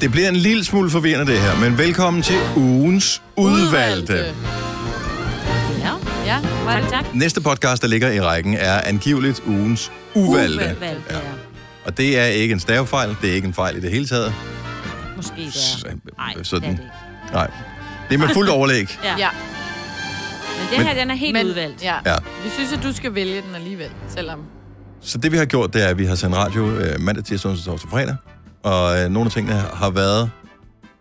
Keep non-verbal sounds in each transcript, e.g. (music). Det bliver en lille smule forvirrende det her, men velkommen til ugens udvalgte. udvalgte. Ja, ja. Tak, tak. Næste podcast, der ligger i rækken, er angiveligt ugens uvalgte. Uvalgte, ja. Og det er ikke en stavefejl, det er ikke en fejl i det hele taget. Måske det Så- er. Nej, det er sådan. det ikke. Nej. Det er med fuldt overlæg. Ja. Ja. Men det Men- her, den er helt Men, udvalgt. ja. Ja. Vi synes, at du skal vælge den alligevel, selvom... Så det vi har gjort, det er, at vi har sendt radio øh, mandag, tirsdag, onsdag, torsdag, fredag. Og øh, nogle af tingene har været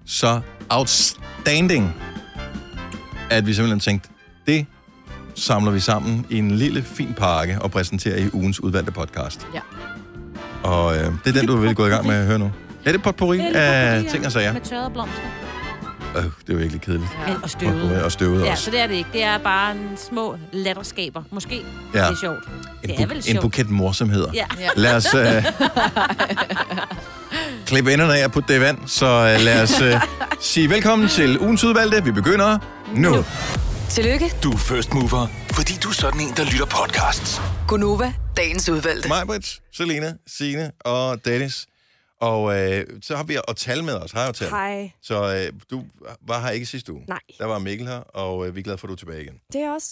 så outstanding, at vi simpelthen tænkte, det samler vi sammen i en lille fin pakke og præsenterer i ugens udvalgte podcast. Ja. Og øh, det er den, du vil gå i gang med at høre nu. Ja, det er potpourri af ting og sager. Med tørrede blomster. Øh, det er jo virkelig kedeligt. Ja. Og støvet. Potpourri Og støvet Ja, også. så det er det ikke. Det er bare en små latterskaber. Måske. Ja. Ja. Det er sjovt. En, Det er vel bu- en sjovt. buket morsomheder. Ja. Ja. Lad os øh, (laughs) klippe enderne af og putte det i vand, så øh, lad os øh, sige velkommen til ugens udvalgte. Vi begynder nu. nu. Tillykke, Du er first mover, fordi du er sådan en, der lytter podcasts. Gunova, dagens udvalgte. Majbrit, Selina, Signe og Dennis. Og øh, så har vi at tale med os. Hej, Otal. Hej. Så øh, du var her ikke sidste uge. Nej. Der var Mikkel her, og øh, vi er glade for, at du er tilbage igen. Det er også...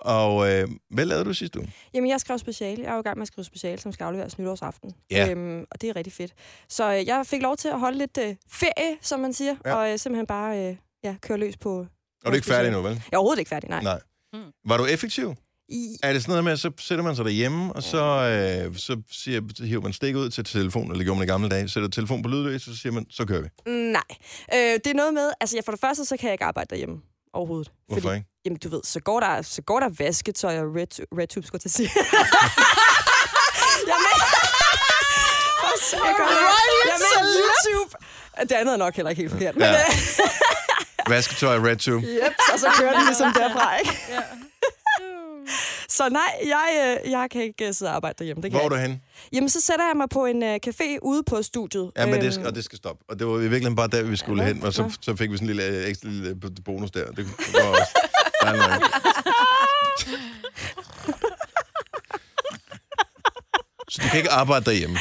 Og øh, hvad lavede du sidste uge? Jamen, jeg skrev speciale. Jeg er jo i gang med at skrive speciale, som skal afleveres nytårsaften. Ja. Øhm, og det er rigtig fedt. Så øh, jeg fik lov til at holde lidt øh, ferie, som man siger, Ja. ja. og øh, simpelthen bare øh, ja, køre løs på... Og du er ikke færdig nu, vel? Jeg er overhovedet ikke færdig, nej. Nej. Var du effektiv? I, Er det sådan noget med, at så sætter man sig derhjemme, og så, øh, så siger, så hiver man stik ud til telefonen, eller det gjorde man i gamle dage, sætter telefonen på lydløs, og så siger man, så kører vi. nej. Øh, det er noget med... Altså, jeg, for det første, så kan jeg ikke arbejde derhjemme overhovedet. Hvorfor ikke? Jamen, du ved, så går der, så går der vasketøj og red, red tube, skulle jeg til at sige. jeg mener... Først, jeg går jeg mener YouTube. Det andet er nok heller ikke helt forkert. Men, Ja. øh, Vasketøj, red tube. Yep, og så kører den ligesom derfra, ikke? (laughs) Så nej, jeg, øh, jeg kan ikke øh, sidde og arbejde derhjemme. Det kan jeg Hvor er du henne? ikke. Jamen, så sætter jeg mig på en øh, café ude på studiet. Ja, men det Øhm, skal, og det skal stoppe. Og det var i virkeligheden bare der, vi skulle hen, og så, så fik vi sådan en lille øh, ekstra lille bonus der. Det var også der er noget. Så du kan ikke arbejde derhjemme,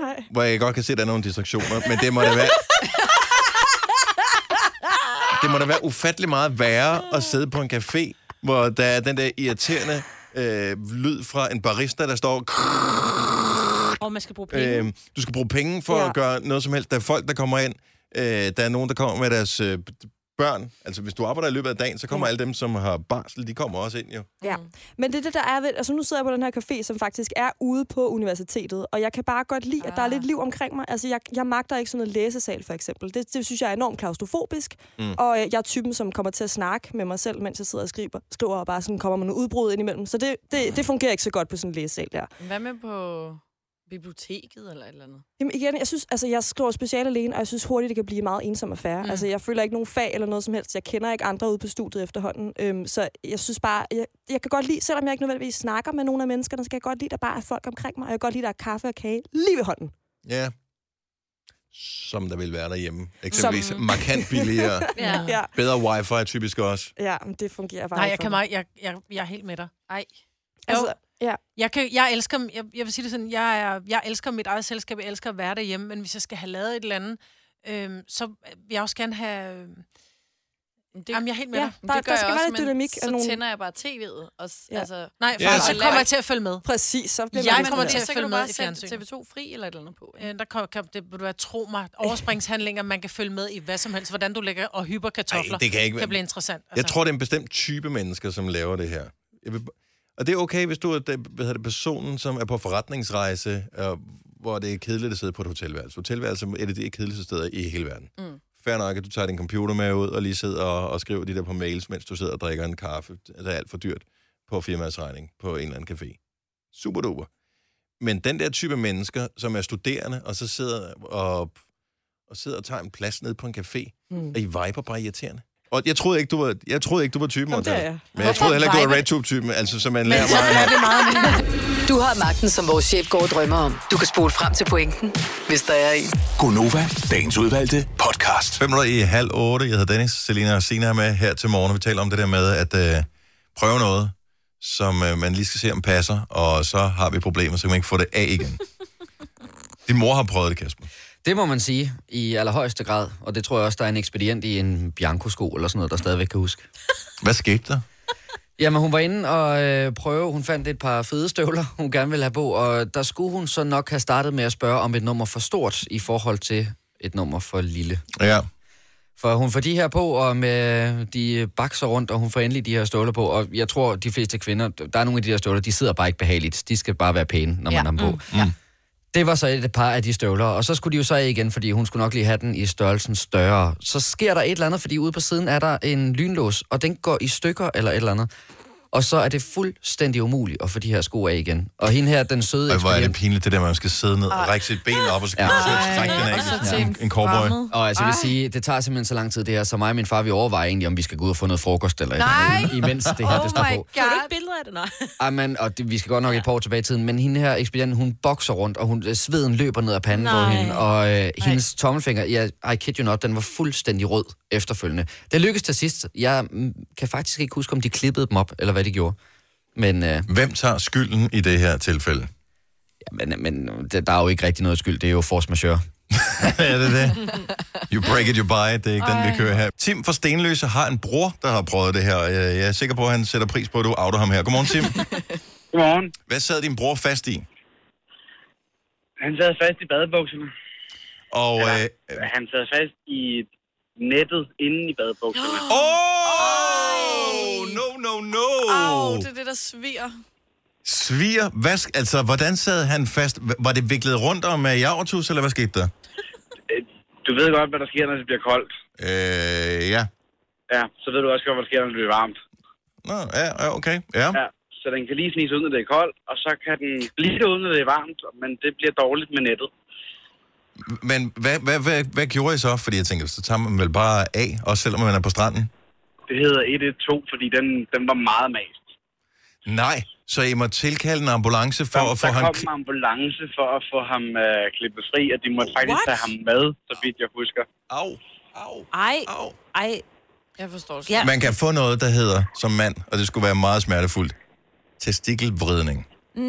Nej. hvor jeg godt kan se, at der er nogle distraktioner, men det må da være... Det må da være ufattelig meget værre at sidde på en café, hvor der er den der irriterende øh, lyd fra en barista, der står... Og man skal bruge penge. Øh, du skal bruge penge for ja. Ja. at gøre noget som helst. Der er folk, der kommer ind. Øh, der er nogen, der kommer med deres øh, børn. Altså, hvis du arbejder i løbet af dagen, så kommer ja. alle dem, som har barsel, de kommer også ind, jo. Ja. Men det er det, der er ved... Altså, nu sidder jeg på den her café, som faktisk er ude på universitetet, og jeg kan bare godt lide, at der er lidt liv omkring mig. Altså, jeg, jeg magter ikke sådan noget læsesal, for eksempel. Det, det synes jeg er enormt klaustrofobisk, mm. og øh, jeg er typen, som kommer til at snakke med mig selv, mens jeg sidder og skriver, skriver og bare sådan kommer med nogle udbrud indimellem. Så det, det, det fungerer ikke så godt på sådan en læsesal der. Hvad med på biblioteket eller et eller andet? Jamen igen, jeg synes, altså jeg skriver speciale alene, og jeg synes hurtigt, det kan blive en meget ensom affære. Mm. Altså jeg føler ikke nogen fag eller noget som helst. Jeg kender ikke andre ude på studiet efterhånden. Øhm, så jeg synes bare, jeg, jeg kan godt lide, selvom jeg ikke nødvendigvis snakker med nogen af menneskerne, så kan jeg godt lide, at der bare er folk omkring mig, og jeg kan godt lide, at der er kaffe og kage lige ved hånden. Ja. Som der vil være derhjemme. Eksempelvis som... markant billigere. Ja. Ja, Bedre wifi typisk også. ja men det fungerer bare Nej, ikke jeg for kan mig. meget, jeg, jeg, jeg er helt med dig. Ej. Altså, ja. Jeg, kan, jeg elsker, jeg, jeg vil sige det sådan, jeg, er, jeg elsker mit eget selskab, jeg elsker at være derhjemme, men hvis jeg skal have lavet et eller andet, øhm, så vil jeg også gerne have... Øh, Det, jamen, jeg er helt med Ja. dig. men der- det gør der skal jeg være også, lidt men dynamik Så af nogle- tænder jeg bare tv'et. Og, s- Ja. altså, Nej, for Ja, yes. så og kommer lad- jeg til at følge med. Præcis, så bliver Jeg man men kommer det- til at så kan følge du med bare i sætte fjernsynet. TV2 fri eller et eller andet på. Ja. Øh, Der kan, kan det, vil du være, tro mig, overspringshandlinger, man kan følge med i hvad som helst, hvordan du lægger og hyper kartofler. Ej, det kan ikke være- kan blive interessant. Altså. Jeg tror, det er en bestemt type mennesker, som laver det her. Jeg vil... Og det er okay, hvis du er den, hvad hedder det, personen, som er på forretningsrejse, og hvor det er kedeligt at sidde på et hotelværelse. Hotelværelse er det de kedeligste steder i hele verden. Mm. Fair nok, at du tager din computer med ud og lige sidder og, og skriver de der på mails, mens du sidder og drikker en kaffe. Det er alt for dyrt på firmaets regning på en eller anden café. Super duper. Men den der type mennesker, som er studerende, og så sidder og, og, sidder og tager en plads ned på en café, mm. og I viber bare irriterende. Og jeg troede ikke, du var, jeg troede ikke, du var typen, Jamen, det er Morten. jeg. Men jeg troede heller ikke, du var RedTube-typen, altså som man lærer mig. det er meget (laughs) Du har magten, som vores chef går og drømmer om. Du kan spole frem til pointen, hvis der er en. Gonova, dagens udvalgte podcast. 5 minutter i halv otte. Jeg hedder Dennis, Selina og Sina er med her til morgen. og Vi taler om det der med at øh, prøve noget, som øh, man lige skal se, om passer. Og så har vi problemer, så kan man ikke få det af igen. Din mor har prøvet det, Kasper. Det må man sige, i allerhøjeste grad. Og det tror jeg også, der er en ekspedient i en Bianco-sko eller sådan noget, der stadigvæk kan huske. (laughs) Hvad skete der? Jamen, hun var inde og øh, prøve. Hun fandt et par fede støvler, (laughs) hun gerne ville have på, og der skulle hun så nok have startet med at spørge, om et nummer for stort i forhold til et nummer for lille. Ja. For hun får de her på, og med de bakser rundt, og hun får endelig de her støvler på. Og jeg tror, de fleste kvinder, der er nogle af de her støvler, de sidder bare ikke behageligt. De skal bare være pæne, når man Ja. ja. har dem på. Mm. Ja. Det var så et par af de støvler, og så skulle de jo så af igen, fordi hun skulle nok lige have den i størrelsen større. Så sker der et eller andet, fordi ude på siden er der en lynlås, og den går i stykker eller et eller andet. Og så er det fuldstændig umuligt at få de her sko af igen. Og hende her, den søde Ej, hvor er det ekspedient... pinligt, det der, man skal sidde ned og række sit ben op, og så kan man sidde og strække den af, og så til sådan en, en cowboy. fremmed. Og altså, jeg vil sige, det tager simpelthen så lang tid det her, så mig og min far, vi overvejer egentlig, om vi skal gå ud og få noget frokost Øh, eller et eller andet, (laughs) imens det her, det står på. Kan du ikke billeder af det? Nej. Amen, og det, vi skal godt nok et par år tilbage i tiden, men hende her ekspedient, hun bokser rundt, og hun, øh, sveden løber ned ad panden på Nej. hende, og øh, hendes tommelfinger, ja, I kid you not, den var fuldstændig rød efterfølgende. Det lykkedes til sidst. Jeg mm, kan faktisk ikke huske, om de klippede dem op, eller hvad de gjorde. Men, øh, Hvem tager (laughs) skylden Mm, i det her tilfælde? men, men det, der er jo ikke rigtig noget skyld, det er jo force majeure. er det det? You break it, you buy it. Det er ikke Ej. den, vi kører her. Tim fra Stenløse har en bror, der har prøvet det her, og jeg jeg er sikker på, at han sætter pris på, at du outer ham her. Godmorgen, Tim. Godmorgen. Hvad sad din bror fast i? Han sad fast i badebukserne. Og... Åh! Øh, Han sad fast i nettet inde i badebukserne. oh, no, no, Åh, no! det er det, der sviger. Sviger, hvad, sk- altså, hvordan sad han fast? H- Var det viklet rundt om øh, Javertus, eller hvad skete der? Øh, Du ved godt, hvad der sker, når det bliver koldt. Øh, ja. Ja, så ved du også godt, hvad der sker, når det bliver varmt. Nå, ja, ja, okay. Ja. Ja, så den kan lige snige uden, at det er koldt, og så kan den blive det, uden, at det er varmt, men det bliver dårligt med nettet. Men hvad, hvad, hvad, hvad gjorde I så? Fordi jeg tænker, så tager man vel bare af, også selvom man er på stranden? Det hedder 112, fordi den, den var meget mast. Nej, så I må tilkalde en ambulance for der, at få der ham... kom en ambulance for at få ham øh, klippet fri, og de måtte faktisk What? tage ham med, så vidt jeg husker. Au, au, (laughs) Ej, au. ej. Jeg forstår det. Ja. Man kan få noget, der hedder som mand, og det skulle være meget smertefuldt. Testikelvridning.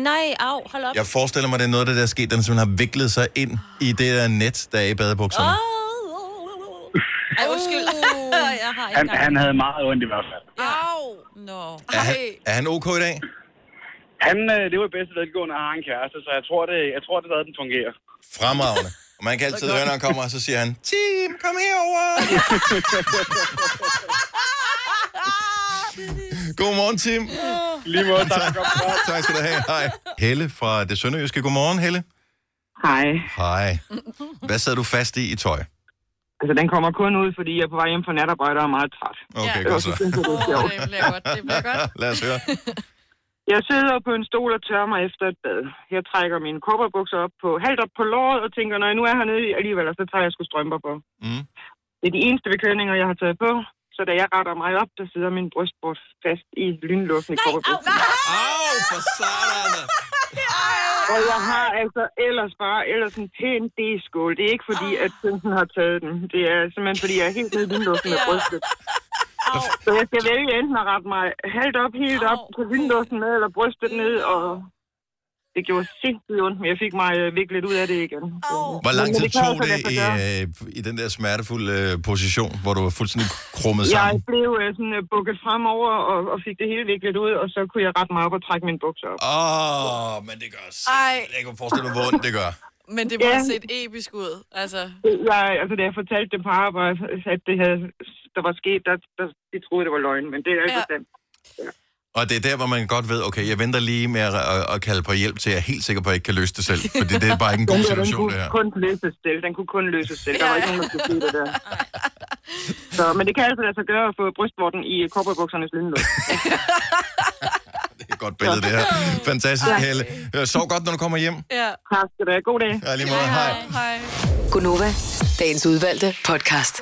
Nej, au, hold op. Jeg forestiller mig, det er noget, af det, der er sket, den simpelthen har viklet sig ind i det der net, der er i badebukserne. Au, au, au, au. Ej, undskyld. (laughs) jeg har ikke Han, han engang. havde meget ondt i hvert fald. Au! Nå. Er han, er han ok i dag? Han øh, lever i bedste velgående og har en kæreste, så jeg tror, det, jeg tror, det er, den fungerer. Fremragende. Og man kan altid høre, når han kommer, og så siger han, Tim, kom herover! (laughs) Godmorgen, Tim. Lige måde, tak. Godt for det. Tak skal du have. Hej. Helle fra det sønderjyske. Godmorgen, Helle. Hej. Hej. Hvad sad du fast i i tøj? Altså, den kommer kun ud, fordi jeg er på vej hjem fra natarbejde og er meget træt. Okay, Det ja, var godt så. synes jeg, det var Åh, sjovt. (laughs) det bliver godt, det bliver godt. Lad os høre. Jeg sidder på en stol og tørrer mig efter et bad. Jeg trækker mine kopperbukser op på halvt op på låret og tænker, når jeg nu er hernede alligevel, så tager jeg sgu strømper på. Mm. Det er de eneste beklædninger, jeg har taget på. Så da jeg retter mig op, der sidder min brystbord fast i lynlåsen i kopperbuksen. Au, for satan. Og jeg har altså ellers bare ellers en pæn D-skål. Det er ikke fordi, at prinsen har taget den. Det er simpelthen fordi, jeg er helt nede i lynlåsen med brystet. Så jeg skal vælge enten at rette mig halvt op, helt op på lynlåsen med, eller brystet ned, og det gjorde sindssygt ondt, men jeg fik mig øh, viklet ud af det igen. Så- Hvor lang Men tid det kan tog altså lade det sig i, gøre. øh, i den der smertefulde øh, position, hvor du var fuldstændig krummet Jeg sammen? blev øh, sådan øh, bukket fremover og, og fik det hele viklet ud, og så kunne jeg rette mig op og trække mine bukser op. Åh, oh, men det gør Ej. simpelthen. Jeg kan forestille mig, hvor ondt det gør. Men det må Ja. have set episk ud. Altså, Det- (laughs) Jeg, altså, da jeg fortalte dem på arbejde, at det havde, der var sket, der, der, de troede, det var løgn, men det er altså Ja. ja. sandt. Og det er der, hvor man godt ved, okay, jeg venter lige med at, at, at kalde på hjælp til, jeg er helt sikker på, at jeg ikke kan løse det selv. Fordi det er bare ikke en god Den, der, den situation, kunne det her. kun løses selv. Den kunne kun løses selv. Der var ikke nogen, der skulle se det der. Så, men det kan altså lade sig gøre at få brystvorten i korporbuksernes lynlås. Det er et godt billede, det her. Fantastisk, Helle. Øh, Sov godt, når du kommer hjem. ja. Tak skal du have. God dag. Ja, lige måde. Hej. Hej. Gunova, dagens udvalgte podcast.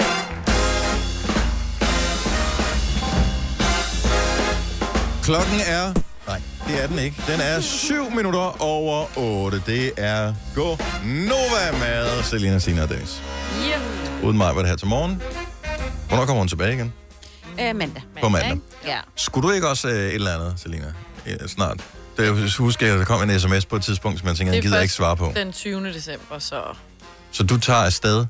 Klokken er... Nej, det er den ikke. Den er 7 minutter over 8. Det er Go Nova med Selina Sina og Dennis. Yeah. Uden mig var det her til morgen. Hvornår kommer hun tilbage igen? Øh, mandag. På mandag. Ja. Skulle du ikke også øh, et eller andet, Selina? Ja, snart. Det husker jeg, der kom en sms på et tidspunkt, som jeg tænkte, jeg Det er gider først ikke svare på. Den 20. december, så... Så du tager afsted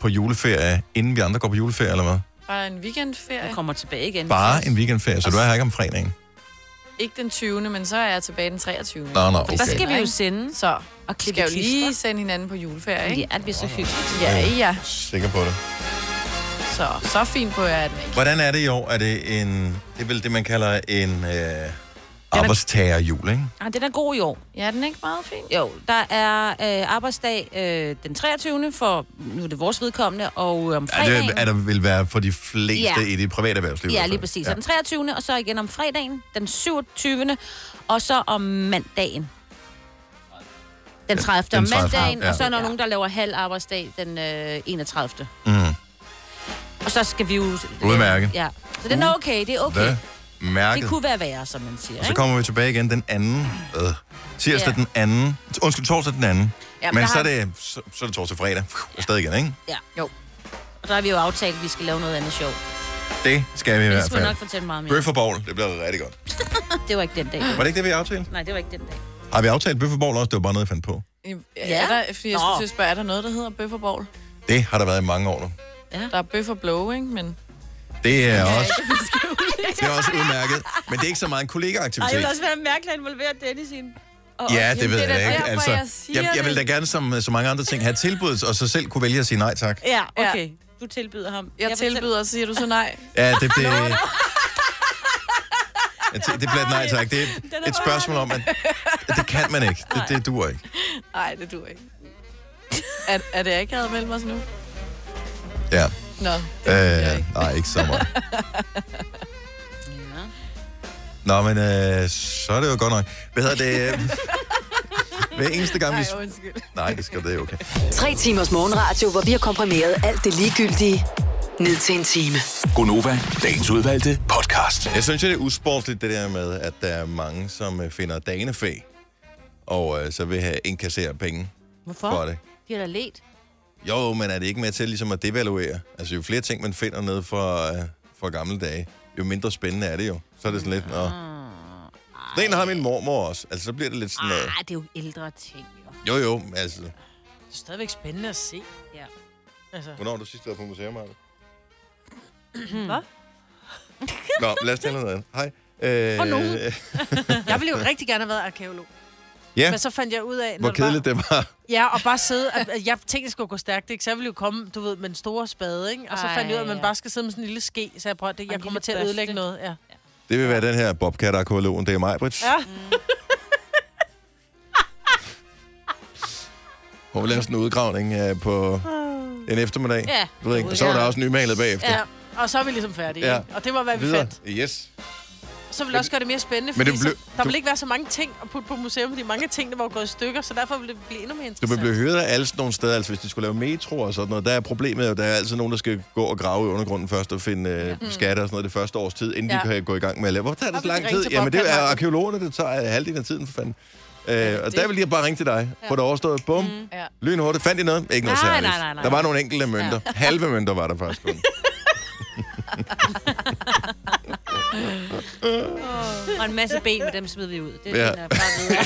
på juleferie, inden vi andre går på juleferie, eller hvad? Bare en weekendferie. Du kommer tilbage igen. Bare en weekendferie, så du er her ikke om fredagen. Ikke den 20. men så er jeg tilbage den 23. Nå, nå, Fordi okay. Der skal vi jo sende. Så Og skal klippe jeg jo klister. lige sende hinanden på juleferie, ikke? Ja, det bliver så hyggeligt. Ja, ja. Sikker på det. Så, så fint på jer er den ikke. Hvordan er det i år? Er det en, det er vel det, man kalder en øh, arbejdstagerjul, ikke? Ah, den er god i år. Ja, er den ikke meget fin? Jo, der er øh, arbejdsdag øh, den 23. for, nu er det vores vedkommende, og øh, om Ja, fredagen... det er der vil være for de fleste Ja. i det private erhvervsliv. i Ja, hvert lige fald. præcis. Ja. Den 23. og så igen om fredagen, den 27. og så om mandagen. Den 30. den om 30., mandagen, ja. og så er der nogen, der laver halv arbejdsdag den øh, 31. Mm. Og så skal vi jo... Udmærket. Ja. Så den er okay, det er okay. Hvad? Mærket. Det kunne være værre, som man siger, Og så ikke? kommer vi tilbage igen den anden. Øh. Tirsdag Ja. den anden. Undskyld, torsdag den anden. Ja, men der så er har- det, så, så er det torsdag fredag. Phew, Og stadig igen, ikke? Ja. Jo. Og der har vi jo aftalt, at vi skal lave noget andet sjov. (laughs) Det skal vi i Men det hvert skal vi fald. nok fortælle meget mere. Bøf og bowl, det bliver rigtig godt. Det var ikke den dag. Var det ikke det, vi aftalte? Nej, det var ikke den dag. Har vi aftalt bøf og bowl også? Det var bare noget, jeg fandt på. Ja. Er der, fordi Nå. jeg skulle til at spørge, er der noget, der hedder bøf og bowl? Det har der været i mange år nu. Der er bøf og blow, ikke? Men Det er også, (laughs) det er også udmærket. Men det er ikke så meget en kollegaaktivitet. også være mærkeligt at involvere Dennis i en... Ja, det ved det er da jeg ikke. derfor, Altså, jeg siger jeg, jeg vil da det. gerne, som øh, så mange andre ting, have tilbuddet, og så selv kunne vælge at sige nej tak. Ja, okay. Du tilbyder ham. jeg, jeg tilbyder, og siger du så (laughs) nej? Ja, det blev... Ja, det, det bliver et nej tak. Det er et spørgsmål om, at, at det kan man ikke. Det, det dur ikke. Nej, det duer ikke. Er, er det jeg ikke, jeg havde meldt mig sådan nu? Ja. Nå, Øh, nej, ikke så meget. Nå, men øh, så er det jo godt nok. Hvad hedder (laughs) det? øh, Hver eneste gang, vi... nej, undskyld. Nej, det skal det er okay. Tre timers morgenradio, hvor vi har komprimeret alt det ligegyldige ned til en time. Gonova, dagens udvalgte podcast. Jeg synes, jo, det er usportligt, det der med, at der er mange, som øh, finder danefæ, og øh, så vil have indkassere penge Hvorfor? for det. De har da let. Jo, men er det ikke med til ligesom at devaluere? Altså, jo flere ting, man finder nede fra, øh, fra gamle dage, jo mindre spændende er det jo. Så er det sådan lidt, nå. Ah. Den har min mormor også. Altså, så bliver det lidt sådan noget. Ah, det er jo ældre ting, jo. Jo, jo, men altså. Det er stadigvæk spændende at se. Ja. Altså, Hvornår har du sidst været på (laughs) museum, Marve? (clears throat) Hvad? Nå, lad os tale om noget andet. Hej. Øh, For (laughs) nogen. jeg ville jo rigtig gerne have været arkeolog. Ja, Men så fandt jeg ud af... når hvor det var- kedeligt det var. Ja, og bare sidde... At, at jeg tænkte, det skulle gå stærkt, ikke? Så jeg ville jo komme, du ved, med en stor spade, ikke? Og så Ej, fandt jeg ud af, at man ja. bare skal sidde med sådan en lille ske, så jeg prøver, det, jeg en kommer lille til at ødelægge børste. noget. Ja. Det vil være den her bobcat arkeologen det er mig, Brits. Ja. Hun vil lave sådan en udgravning øh, på en eftermiddag. Mm. Ja. Du ved ikke, og så var der Ja. også nymalet bagefter. ja. Og så er vi ligesom færdige, Ja. ja. ikke? Og det var, hvad vi Videre. fandt. Yes. Så ville det også gøre det mere spændende, Men fordi det det blev- så, der du- ville ikke være så mange ting at putte på museum, fordi mange af tingene var jo gået i stykker, så derfor ville det blive endnu mere Du vil interessant. blive høret af alle sådan nogle steder, altså hvis de skulle lave metro og sådan noget, der er problemet jo, der er altid nogen, der skal gå og grave i undergrunden først og finde øh, skatte og sådan noget det første års tid, inden ja. Ja. de kan gå i gang med at lave. Hvorfor tager det så vil de lang ringe tid? til Jamen det er Bobcat-Marken. arkeologerne, det tager øh, halvdelen af tiden for fanden. Øh, og det. der vil de bare ringe til dig, ja. få det overstået, bum, mm. Ja. lynhurtigt, fandt I noget? Ikke noget Nej, særligt. nej, nej, nej. Der var nogle enkelte mønter, ja. halve mønter var der faktisk kun. Og en masse ben, men dem smider vi ud. Det Ja. ja. er bare (laughs) videre.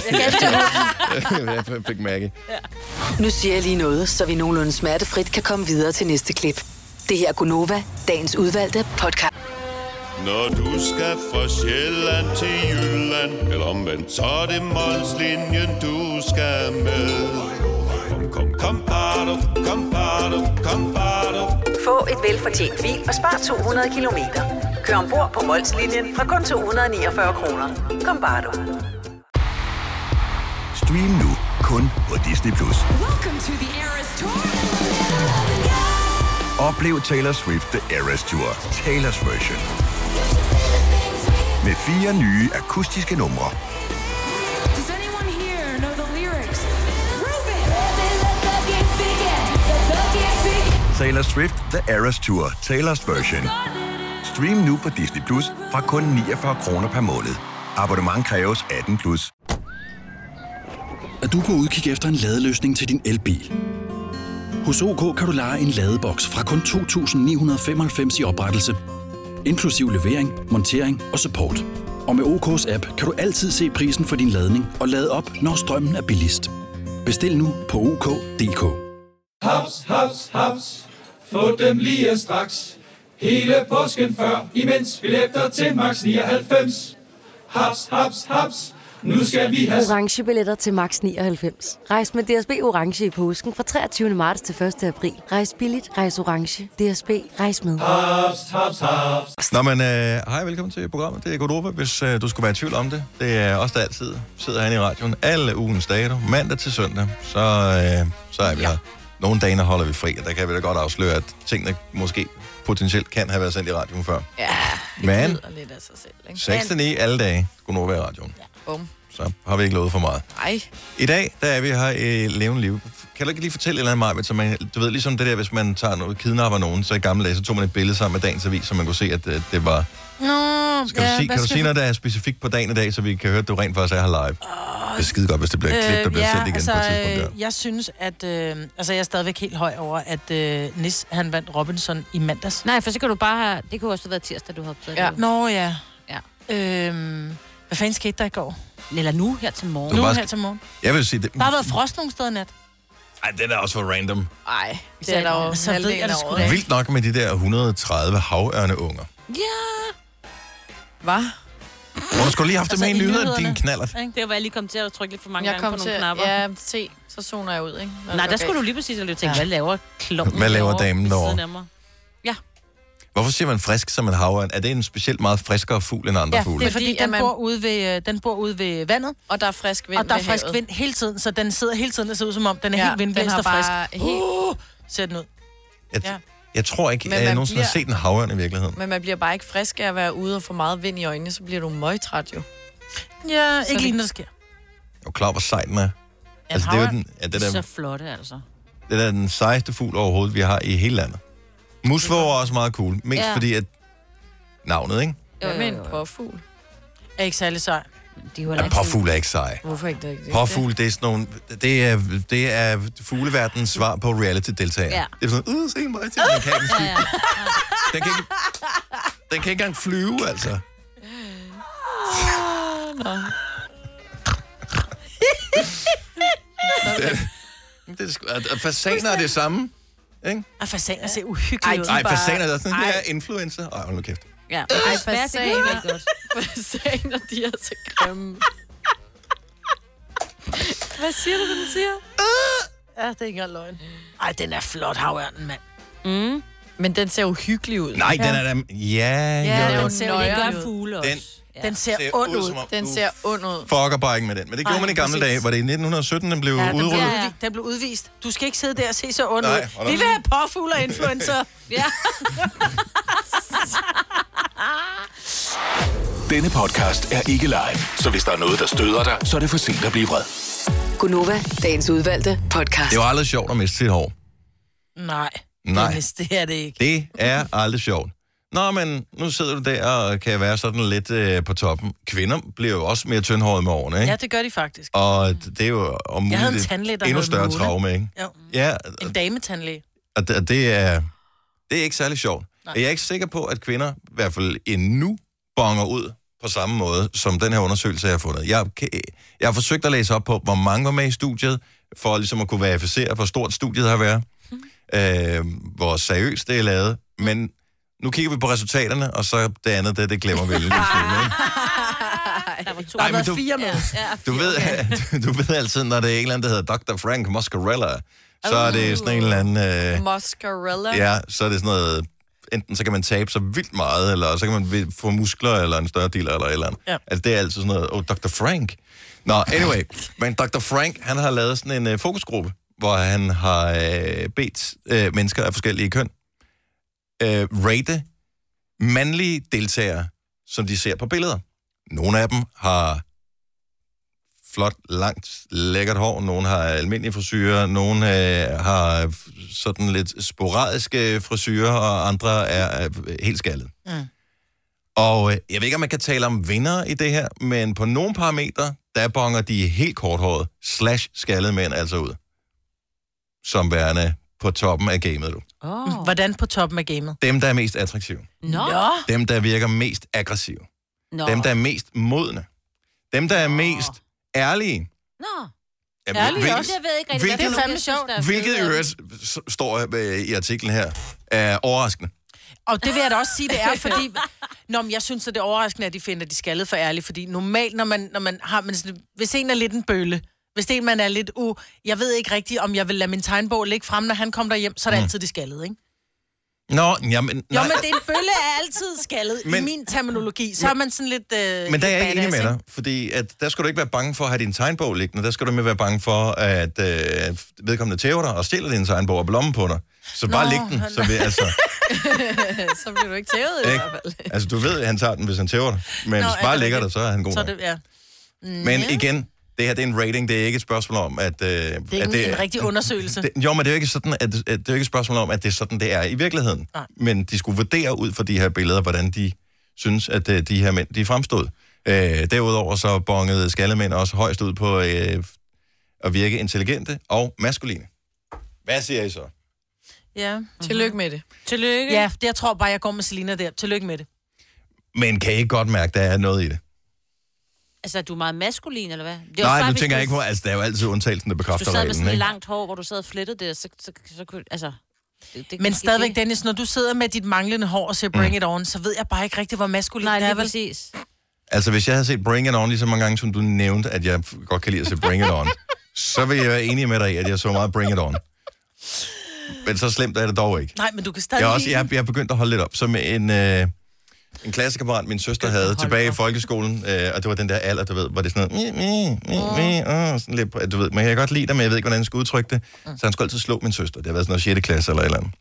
Jeg kan ikke jeg fik mærke. Nu siger jeg lige noget, så vi nogenlunde smertefrit kan komme videre til næste klip. Det her er Gunova, dagens udvalgte podcast. Når du skal fra Sjælland til Jylland, eller omvendt, så er det Molslinjen, du skal med. Kom, kom, kom, bado, kom, bado, kom, bado. Få et velfortjent bil og spar 200 kilometer. Kør ombord på Molslinjen fra kun 249 kroner. Kom bare du. Stream nu kun på Disney+. Plus. Oplev Taylor Swift The Eras Tour, Taylor's version. Med fire nye akustiske numre. Taylor Swift The Eras Tour, Taylor's version. Stream nu på Disney Plus fra kun 49 kroner per måned. Abonnement kræves 18 plus. Er du på udkig efter en ladeløsning til din elbil? Hos OK kan du lege en ladeboks fra kun 2.995 i oprettelse, inklusiv levering, montering og support. Og med OK's app kan du altid se prisen for din ladning og lade op, når strømmen er billigst. Bestil nu på OK.dk. OK Haps, haps, haps. Få dem lige straks. Hele påsken før, imens billetter til max 99. Haps, haps, haps. Nu skal vi have... orange billetter til max 99. Rejs med DSB orange i påsken fra 23. marts til 1. april. Rejs billigt, rejs orange. DSB rejs med. Haps, haps, haps. Nå, men øh, hej, velkommen til programmet. Det er Godova, hvis øh, du skulle være i tvivl om det. Det er os, der altid sidder herinde i radioen. Alle ugens dage, du. mandag til søndag, så, øh, så er vi ja. her. Nogle dage holder vi fri, og der kan vi da godt afsløre, at tingene måske potentielt kan have været sendt i radioen før. Ja, Men- det lyder lidt af sig selv. Ikke? 6 til 9 alle dage, Godova i radioen. Bum. Så har vi ikke lovet for meget. Ej. I dag, der er vi her i øh, levende liv. Kan du ikke lige fortælle et eller andet, Marvind, så man, du ved, ligesom det der, hvis man tager noget, kidnapper nogen, så i gamle dage, så tog man et billede sammen med dagens avis, så man kunne se, at øh, det var... Nå, Skal du ja, sige, hvad kan du skal sige vi- noget, der er specifikt på dagen i dag, så vi kan høre, at du rent faktisk er her live? Det er skide godt, hvis det bliver klippet og bliver sendt igen på et tidspunkt. Der. øh, Jeg synes, at... Øh, altså, jeg er stadigvæk helt høj over, at øh, Nis, han vandt Robinson i mandags. Nej, for så kan du bare have... Det kunne også have været tirsdag, du havde optaget Ja. det. Nå, ja. ja. Øhm, hvad fanden skete der i går? Eller nu her til morgen. Du Nu bare- her til morgen. Jeg vil sige, det, Der har været frost nogle steder i nat. ej, den er også for random. Nej, det er der jo Så ved halvdelen jeg det af sgu året. da ikke. Vildt nok med de der 130 havørneunger. Ja. Hvad? Hvor du skulle lige have Altså, haft dem med i nyhederne, din knallert. Det var, jeg lige kom til at trykke lidt for mange Jeg gange på kom nogle til- knapper. ja, se, så zoner jeg ud, ikke? Når det Nej, går der skulle galt. du lige præcis have lyttet tænke, ja. hvad laver klumpen Hvad laver damen derovre? derovre? Hvorfor siger man frisk som en havørn? Er det en specielt meget friskere fugl end andre Ja, fugle? det er fordi, den, bor ude ved, øh, den bor ude ved vandet. Og der er frisk vind Og der er ved frisk havet. vind hele tiden, så den sidder hele tiden og ser ud som om, den er Ja, helt vindblæst den og har frisk. bare helt- Uh, ser den ud. Jeg, jeg tror ikke, Men at jeg man nogensinde har bliver- set en havørn i virkeligheden. Men man bliver bare ikke frisk af at være ude og få meget vind i øjnene, så bliver du møgtræt jo. Ja, ikke lige, når det sker. Jeg er jo klar, hvor sej den er. Altså, det er jo den, ja, det, er Så den, flotte, altså. det er den sejeste fugl overhovedet, vi har i hele landet. Musvåger er også meget cool. Mest Ja. fordi, at navnet, ikke? Hvad med en påfugl? Er ikke særlig sej. De er Ja, påfugl er ikke sej. Hvorfor ikke det? det? Påfugl, det er sådan nogle, det er, det er fugleverdens svar på reality-deltagere. Ja. Det er sådan, øh, se mig til, den kan ikke flyve. Den kan ikke, den kan ikke engang flyve, altså. Ah, Nå. Ah, (laughs) Det, det er, sgu- og- og fasaner er det samme, ikke? Og fasaner ser uhyggeligt ud. Nej, fasaner er sådan, det er influencer. Ej, hold nu kæft. Ja, Ej, fasaner. fasaner. (laughs) fasaner, de er så grimme. Hvad siger du, den siger? Ja, det er ikke engang løgn. Ej, den er flot, havørnen, mand. Mm. Men den ser uhyggelig ud. Nej, den er da... Ja, Ja, jo. den ser jo nøjeren gør ud. fugle Den Ja. Den ser, Ser ond ud, ud. som om Den ser ond ud. fucker bare ikke med den. Men det gjorde Ej, man i gamle præcis. dage. Var det i 1917, den blev Ja, ja, den blev, udryddet? udvist. den blev udvist. Du skal ikke sidde der og se så ondt Nej, ud. hold Vi op. vil have påfugle og (laughs) influencer. ja. Denne podcast er ikke live, så hvis der er noget, der støder dig, så er det for sent at blive vred. Gunova, dagens udvalgte podcast. Det er jo aldrig sjovt at miste sit hår. Nej. Nej. Dennis, det er det ikke. Det er aldrig sjovt. Nå, men nu sidder du der og kan være sådan lidt øh, på toppen. Kvinder bliver jo også mere tyndhårede med årene, ikke? Ja, det gør de faktisk. Og det er jo om Jeg havde en muligt tandlæge, et der Mm. endnu hed større Mone. traume, ikke? Jo. Ja, En dametandlæge. og det, og det er, det er ikke særlig sjovt. Nej. Jeg er ikke sikker på, at kvinder i hvert fald endnu bonger ud på samme måde, som den her undersøgelse jeg har fundet. Jeg, kan, jeg har forsøgt at læse op på, hvor mange var med i studiet, for ligesom at kunne verificere, hvor stort studiet har været, mm. øh, hvor seriøst det er lavet, men nu kigger vi på resultaterne, og så det andet, det, det glemmer vi lidt. Der var to. Nej, men du- fire med. Ja, Du ved, (laughs) du ved altid, når det er en eller anden, der hedder Dr. Frank Muscarella, så er det sådan en eller anden... Øh, Mozzarella. Ja, så er det sådan noget, enten så kan man tabe sig vildt meget, eller så kan man vi- få muskler, eller en større dealer, eller et eller andet. Ja. Altså, det er altid sådan noget, oh, Dr. Frank. Nå, anyway, men Dr. Frank, han har lavet sådan en øh, fokusgruppe, hvor han har øh, bedt øh, mennesker af forskellige køn øh, rate mandlige deltagere, som de ser på billeder. Nogle af dem har flot, langt, lækkert hår, nogen har almindelige frisyrer, nogen øh, har f- sådan lidt sporadiske frisyrer, og andre er øh, helt skaldet. Mm. Og øh, jeg ved ikke, om man kan tale om vinder i det her, men på nogle parametre, der bonger de helt korthåret slash skaldede mænd altså ud. Som værende på toppen af gamet, du. Oh. Hvordan på toppen af gamet? Dem, der er mest attraktive. Nå. Dem, der virker mest aggressive. Nå. Dem, der er mest modne. Dem, der er mest ærlige. Nå. Jamen, Ærligt hvil- også. Jeg ved ikke rigtig, hvilket- hvad for nogle, jeg synes, der er Hvilket i fede. øvrigt s- står øh, i artiklen her, er overraskende. Og det vil jeg da også sige, det er, fordi... Nå, men jeg synes, at det er overraskende, at de finder, at de skaldede for ærlige, fordi normalt, når man, når man har... Men sådan, hvis en er lidt en bølle, hvis det er en, man er lidt u... Jeg ved ikke rigtigt, om jeg vil lade min tegnbog ligge frem, når han kommer derhjem, så er det Mm. altid de skaldede, ikke? Nå, jamen, Jo, nej, men det er en bølle er altid skaldet men, Men- i min terminologi. Så er man sådan lidt... Øh, men der er jeg lidt ikke enig med badass, dig, fordi at der skal du ikke være bange for at have din tegnbog liggende, der skal du mere være bange for, at øh, vedkommende tæver dig og stjæler din tegnbog og blommen på dig. Så Nå, bare læg den, så vi, hold- (laughs) altså, så bliver du ikke tævet i Ikke? hvert fald. altså, du ved, at han tager den, hvis han tæver dig, men Nå, hvis er du bare det lægger rigtigt? dig, så er han god Så er nok. det, ja. Men Mhm. igen, det her det er en rating, det er ikke et spørgsmål om, at... Øh, det er Det er at ikke en rigtig undersøgelse. Det, jo, men det er jo ikke sådan, at, at det er jo ikke et spørgsmål om, at det er sådan, det er i virkeligheden. Nej. Men de skulle vurdere ud fra de her billeder, hvordan de synes, at øh, de her mænd, de fremstod. Øh, derudover så bongede skallemænd også højst ud på øh, at virke intelligente og maskuline. Hvad siger I så? Ja. Mhm. Tillykke med det. Tillykke. Ja, det, jeg tror bare, jeg går med Selina der. Tillykke med det. Men kan I ikke godt mærke, der er noget i det? Altså, er du meget maskulin, eller hvad? Det er det Nej, også bare, nu hvis tænker du- jeg ikke på, altså der er jo altid undtagelsen, der Hvis du bekræfter sad med reglen, sådan ikke? et langt hår, hvor du sad og flettede det, så, så, så, kunne... Altså, det, det, Men det- stadigvæk, Dennis, når du sidder med dit manglende hår og ser Mm. Bring It On, så ved jeg bare ikke rigtig, hvor maskulin Nej, det er. Nej, præcis. Altså, hvis jeg havde set Bring It On lige så mange gange, som du nævnte, at jeg godt kan lide at se Bring It On, så vil jeg være enig med dig i, at jeg så meget Bring It On. Men så slemt er det dog ikke. Nej, men du kan stadig Jeg er, også, jeg, er- jeg er begyndt at holde lidt op. Som en, øh, en klassekammerat, min søster havde tilbage i folkeskolen, øh, og det var den der alder, du ved, hvor det er sådan noget, (laughs) mi, mi, mi, åh, sådan lidt, du ved, men jeg kan godt lide dig, men jeg ved ikke, hvordan jeg skal udtrykke det. Mm. Så han skulle altid slå min søster. Det har været sådan noget 6. klasse eller et eller andet.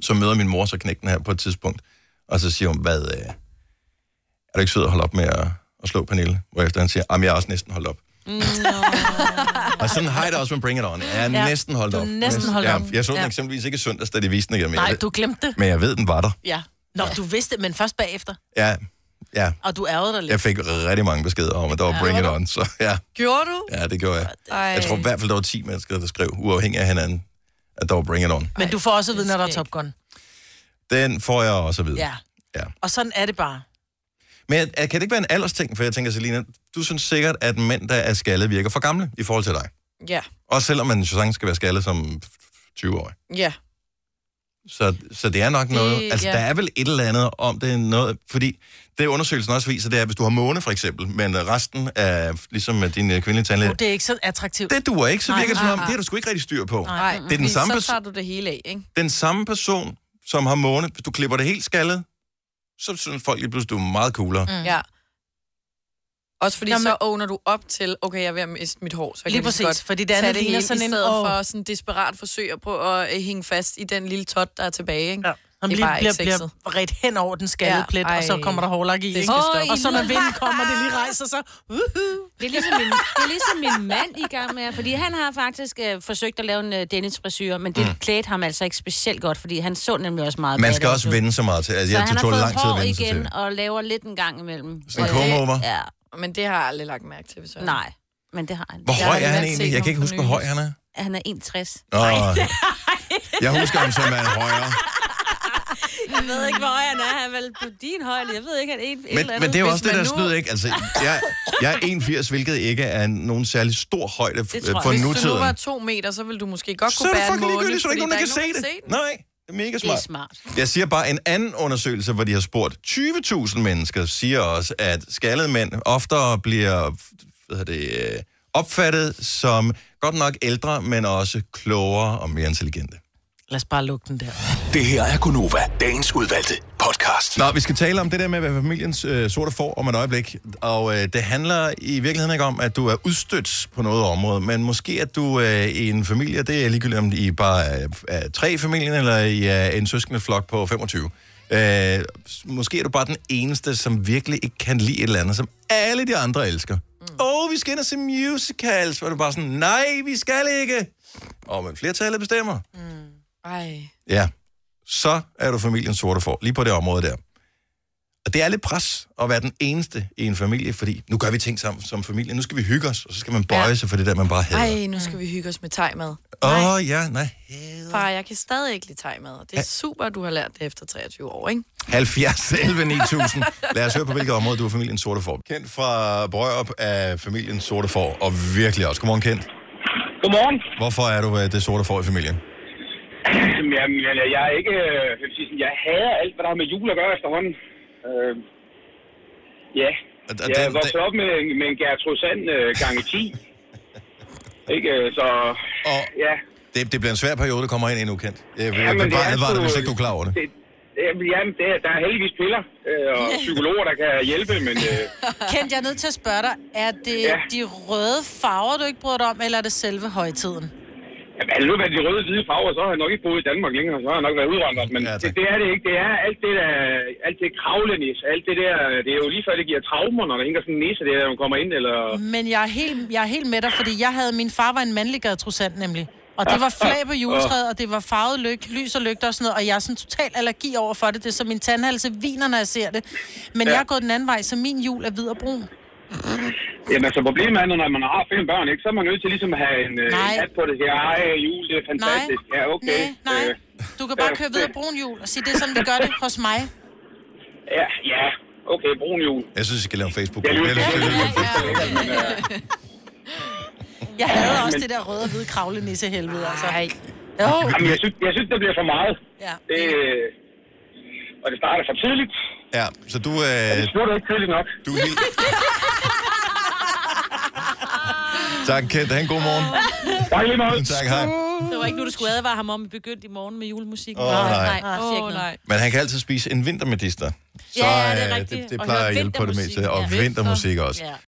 Så møder min mor så knægten her på et tidspunkt, og så siger hun, hvad, øh, er du ikke sød at holde op med at, at slå Pernille? Hvorefter han siger, jamen jeg er også næsten holdt op. Mm. (laughs) Og sådan har jeg det også med Bring It On. Jeg er Ja, ja, næsten holdt du er op. næsten holdt ja, op. Jeg så den Ja. eksempelvis ikke i søndags, da de viste den igen. men jeg Nej, ved- du glemte det. Men jeg ved, den var der. Ja. Nå, du vidste det, men først bagefter. Ja, ja. Og du ærgede dig lidt. Jeg fik rigtig mange beskeder om, at der var Bring It On. Så ja, Gjorde du? ja det gjorde jeg. Ej. Jeg tror i hvert fald, der var 10 mennesker, der skrev, uafhængig af hinanden, at der var Bring It On. Men du får også at vide, når der er Top Gun. Den får jeg også at vide. Ja. Ja. Og sådan er det bare. Men er- kan det ikke være en aldersting? For jeg tænker, Selina, du synes sikkert, at mænd, der er skaldet, virker for gamle i forhold til dig. Ja. Også selvom man synes, skal være skaldet som 20-årig. Ja. Så, så det er nok Det- noget... altså, ja. der er vel et eller andet om det er noget... Fordi det undersøgelsen også viser, det er, hvis du har måne, for eksempel, men resten er ligesom med din øh, kvindelige tandlæge... Og Oh, det er ikke så attraktivt. Det duer ikke, så Nej, virker det som nej, om, nej. det har du sgu ikke rigtig styr på. Nej, Det er den samme, Så pers- tager du det hele af, ikke? den samme person, som har måne. Hvis du klipper det helt skaldet, så synes folk lige pludselig, du er meget coolere. Mm. Ja. Også fordi Jamen- Jamen, så åbner du op til, okay, jeg er ved at miste mit hår, så jeg Lige kan så præcis, godt fordi det tage andet ligner hele, sådan i en- stedet åh. for sådan en desperat forsøg at prøve at øh, hænge fast i den lille tot, der er tilbage, ikke? Ja. Han det er bliver, bare bliver, ikke sexet. bliver ret hen over den skaldede Ja, ja, plet, og så ej. kommer der hårlak i. Det ikke? skal stoppe. Og så når vinden kommer, det lige rejser sig. Uhuh. Det er, ligesom min, det er ligesom min mand i gang med, fordi han har faktisk øh, forsøgt at lave en øh, Dennis-frisyr, men det mm. klædte ham altså ikke specielt godt, fordi han så nemlig også meget Man skal badass også ud. vende sig meget til. Altså, Så jeg han har tog fået lang tid at hår vende sig igen til. og laver lidt en gang imellem. Sådan en Og det- comb-over? Ja. Men det har jeg aldrig lagt mærke til, hvis jeg... Nej, men det har han. Hvor høj er han egentlig? Jeg kan ikke huske, hvor høj han er. Han er 61. Nå, (laughs) jeg husker ham som er højere. Jeg ved ikke, hvor høj han er. Han er vel på din højde. Jeg ved ikke, han er en et Men, eller andet. men det er jo Hvis også det, man der nu- snyder, ikke? (laughs) Altså, jeg, jeg er 81, hvilket ikke er nogen særlig stor højde f- Det tror jeg. for Hvis du nu var nutiden. to meter, så ville du måske godt Så kunne er det bære en fucking måne, ligegyldigt, så er der ikke fordi nogen, der kan se det. Nej, det er mega smart. Det er smart. Jeg siger bare, en anden undersøgelse, hvor de har spurgt 20.000 mennesker, siger også, at skaldede mænd oftere bliver hvad hedder det, øh, opfattet som godt nok ældre, men også klogere og mere intelligente. Lad os bare lukke den der. Det her er Gonova, dagens udvalgte podcast. Nå, vi skal tale om det der med at være familiens øh, sorte får om et øjeblik. Og øh, det handler i virkeligheden ikke om, at du er udstødt på noget område, men måske at du øh, i en familie, og det er ligegyldigt om I bare er, er tre i familien, eller I er en søskende flok på 25. Øh, s- måske er du bare den eneste, som virkelig ikke kan lide et eller andet, som alle de andre elsker. Åh, mm. oh, vi skal ind og se musicals, hvor du bare sådan, nej, vi skal ikke. Og men flertallet bestemmer. Ej. Ja, så er du familien sorte for, lige på det område der. Og det er lidt pres at være den eneste i en familie, fordi nu gør vi ting sammen som familie, nu skal vi hygge os, og så skal man bøje sig for det der, man bare havde. Ej, nu skal vi hygge os med tegmad. Åh oh, ja, nej. Far, jeg kan stadig ikke lide tegmad, og det er super, at du har lært det efter 23 år, ikke? 70 11 9000. Lad os høre på, hvilket område du er familien sorte for. Kendt fra Brørup af familien sorte for, og virkelig også. Godmorgen, Kent. Godmorgen. Hvorfor er du øh, det sorte får i familien? (laughs) Jamen, jeg, jeg, jeg er ikke... øh, Jeg, vil sige sådan, jeg hader alt, hvad der har med jul at gøre efterhånden. Øh, ja. Jeg er vokset op med, en- med en Gertrud Sand øh, gange (laughs) 10. ikke? øh, Så... Og ja. Det, det bliver en svær periode, der kommer ind i en ukendt. Jeg, jeg Jamen, kan det bare er advare dig, sgu- hvis ikke du er klar over det. det jamen, jamen, det, er- der er heldigvis piller øh, og psykologer, der kan hjælpe, men... Øh, (laughs) Kent, jeg er nødt til at spørge dig, er det Ja. ja. de røde farver, du ikke bryder dig om, eller er det selve højtiden? Jamen, havde det nu været de røde hvide farver, så har jeg nok ikke boet i Danmark længere. Så har jeg nok været udvandret. Men ja, det, det, er det ikke. Det er alt det der, alt det kravlenis, alt det der, det er jo lige før, det giver traumer, når der hænger sådan en næse, der, når man kommer ind, eller... Men jeg er helt, jeg er helt med dig, fordi jeg havde, min far var en mandlig gadetrusant nemlig. Og det var flag på juletræet, og det var farvet lyk, lys og lygter og sådan noget, og jeg er sådan total allergi over for det. Det er så min tandhalse viner, når jeg ser det. Men ja. Ja. jeg er gået den anden vej, så min jul er hvid og brun. Jamen, altså, problemet er, når man har fem børn, ikke, så er man nødt til ligesom at have en, øh, en hat på det. Ja, ej, jul, det er fantastisk. Ja, okay. Nej, nej. Øh, Du kan bare køre hvid og brun jul og sige, det er sådan, vi gør det hos mig. ja, ja, okay, brun jul. Jeg synes, jeg skal lave en facebook Ja, Eller- (laughs) Jeg havde Ja, også men- det der røde og hvide kravle nisse helvede, altså. Oh. Jamen, jeg synes, jeg synes, det bliver for meget. Ja. Det, øh, og det starter for tidligt. Ja, så du... Øh, det slutter ikke tidligt nok. Du (laughs) er helt... tak, Kent. Ha' en god morgen. Tak lige meget. Tak, hej. Det var ikke nu, du skulle advare ham om, at vi begyndte i morgen med julemusik. Åh, nej. nej. Åh, oh, nej. Men han kan altid spise en vintermedister. Ja, Så ja, det er øh, rigtigt. det, det Og plejer høre at hjælpe på det vintermusik. meste. Og Ja. vintermusik også. Ja.